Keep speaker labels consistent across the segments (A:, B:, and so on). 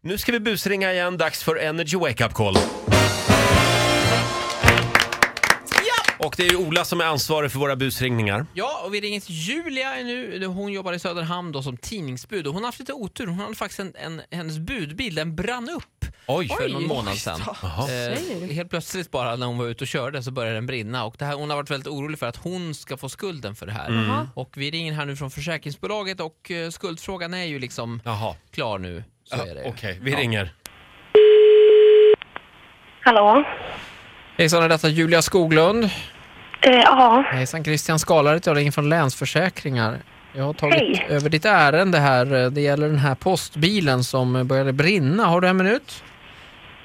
A: Nu ska vi busringa igen. Dags för Energy Wake Up Call. Och det är ju Ola som är ansvarig för våra busringningar.
B: Ja, och vi ringer till Julia nu. Hon jobbar i Söderhamn då som tidningsbud och hon har haft lite otur. Hon hade faktiskt en, en hennes budbil, den brann upp
A: Oj!
B: för någon månad sedan.
A: Jaha.
B: Eh, helt plötsligt bara när hon var ute och körde så började den brinna och det här, hon har varit väldigt orolig för att hon ska få skulden för det här.
A: Mm.
B: Och vi ringer här nu från försäkringsbolaget och eh, skuldfrågan är ju liksom
A: Jaha.
B: klar nu. Så
A: Ja,
B: är det
A: Okej,
B: ju.
A: vi ringer.
C: Hallå?
B: Hejsan, är detta Julia Skoglund?
C: Eh, ja.
B: Hejsan, Christian Skalare heter jag, ringer från Länsförsäkringar. Jag har tagit
C: Hej.
B: över ditt ärende här. Det gäller den här postbilen som började brinna. Har du en minut?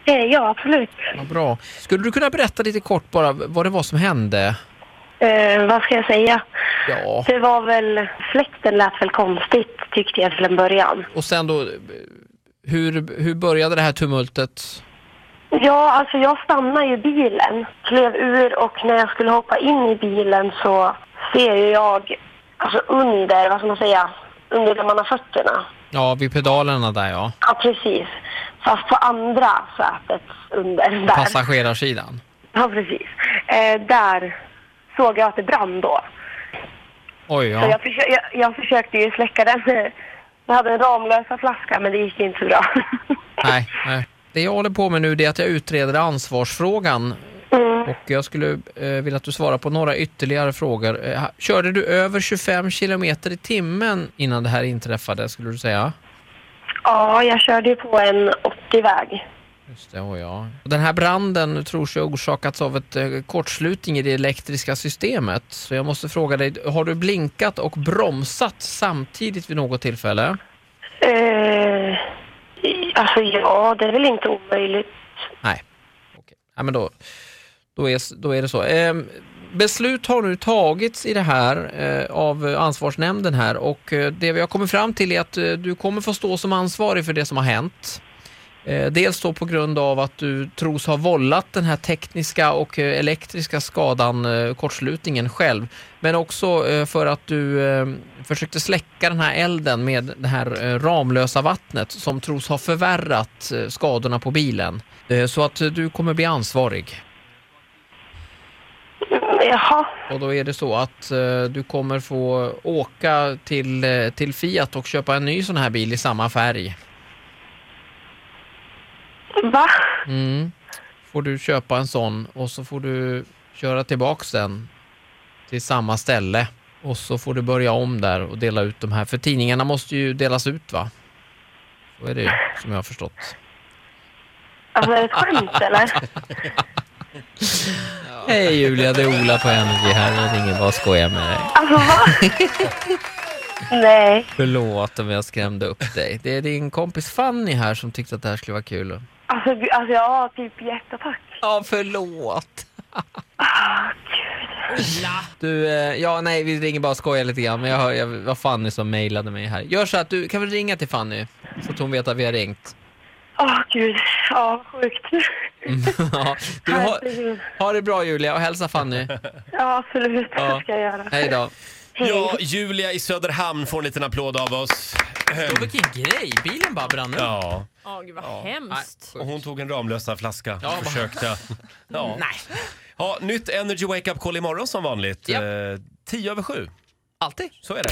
C: Eh, ja, absolut.
B: Vad bra. Skulle du kunna berätta lite kort bara vad det var som hände?
C: Eh, vad ska jag säga?
B: Ja,
C: Det var väl... Fläkten lät väl konstigt, tyckte jag till en början.
B: och sen då, hur, hur började det här tumultet?
C: Ja, alltså jag stannade ju bilen, klev ur och när jag skulle hoppa in i bilen så ser ju jag alltså under, vad ska man säga, under de andra fötterna.
B: Ja, vid pedalerna där ja.
C: Ja, precis. Fast på andra sätet under. Där.
B: Passagerarsidan.
C: Ja, precis. Eh, där såg jag att det brann då.
B: Oj,
C: Så
B: ja.
C: jag, försö- jag, jag försökte ju släcka den. Jag hade en Ramlösa flaska, men det gick inte så bra.
B: Nej, nej. Det jag håller på med nu det är att jag utreder ansvarsfrågan
C: Mm.
B: Och jag skulle eh, vilja att du svarar på några ytterligare frågor. Eh, ha- körde du över 25 kilometer i timmen innan det här inträffade, skulle du säga?
C: Ja, jag körde ju på en 80-väg.
B: Just det, och ja. Och Den här branden tror sig ha orsakats av ett eh, kortslutning i det elektriska systemet. Så jag måste fråga dig, har du blinkat och bromsat samtidigt vid något tillfälle?
C: Eh, alltså, ja, det är väl inte omöjligt.
B: Nej. Okej. Nej, men då, då, är, s- då är det så. Ehm, beslut har nu tagits i det här eh, av ansvarsnämnden här och eh, det vi har kommit fram till är att eh, du kommer få stå som ansvarig för det som har hänt. Eh, dels då på grund av att du tros ha vållat den här tekniska och eh, elektriska skadan, eh, kortslutningen själv. Men också eh, för att du eh, försökte släcka den här elden med det här eh, Ramlösa vattnet som tros ha förvärrat eh, skadorna på bilen. Eh, Så att eh, du kommer bli ansvarig.
C: Mm, Jaha.
B: Och då är det så att eh, du kommer få åka till, eh, till Fiat och köpa en ny sån här bil i samma färg.
C: Va?
B: Mm. Får du köpa en sån och så får du köra tillbaks den till samma ställe. Och så får du börja om där och dela ut de här. För tidningarna måste ju delas ut va? Så är det ju, som jag har förstått.
C: Alltså, är det ett skämt, eller?
B: Hej Julia, det är Ola på Energy här. Jag ringer bara och skojar med dig.
C: Alltså, va? Nej.
B: Förlåt om jag skrämde upp dig. Det är din kompis Fanny här som tyckte att det här skulle vara kul.
C: Alltså, gud, alltså jag har typ hjärtattack.
B: Ja, förlåt.
C: Ah, gud.
B: Du, eh, ja nej vi ringer bara och skojar lite grann men jag, hör, jag var Fanny som mejlade mig här. Gör så att du kan väl ringa till Fanny så att hon vet att vi har ringt.
C: Åh, gud. Ja, vad sjukt.
B: Ja, du, ha,
C: Herregud.
B: ha det bra Julia och hälsa Fanny.
C: Ja, absolut.
B: Ja. Eh,
C: Det ska jag göra.
B: Hej då.
A: Ja, Julia i Söderhamn får en liten applåd av oss.
B: Och vilken grej, bilen bara brann upp.
A: Ja,
D: Ja, gud vad hemskt.
A: och hon tog en Ramlösa flaska
B: Ja,
A: och försökte. Ja.
B: Nej,
A: ja, nytt Energy Wake Up Call imorgon som vanligt.
B: Japp.
A: Eh, Tio över sju,
B: alltid.
A: så är det.